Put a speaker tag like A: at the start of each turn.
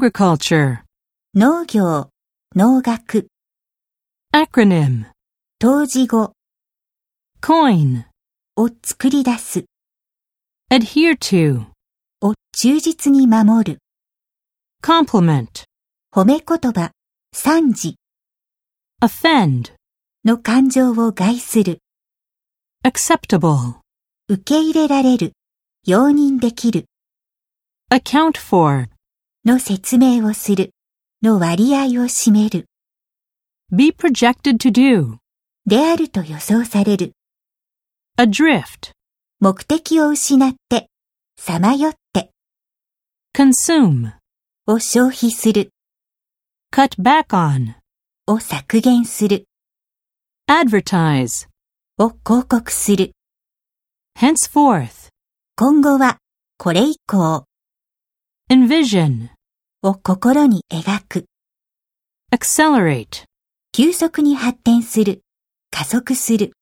A: agriculture,
B: 農業、農学、
A: acronym,
B: 当時語
A: coin,
B: を作り出す、
A: adhere to,
B: を忠実に守る、
A: compliment,
B: 褒め言葉、賛辞
A: offend,
B: の感情を害する、
A: acceptable,
B: 受け入れられる、容認できる
A: account for,
B: の説明をする、の割合を占める、
A: be projected to do,
B: であると予想される、
A: adrift,
B: 目的を失って、さまよって、
A: consume,
B: を消費する、
A: cut back on,
B: を削減する、
A: advertise,
B: を広告する。
A: henceforth,
B: 今後は、これ以降
A: envision,
B: を心に描く。
A: accelerate.
B: 急速に発展する。加速する。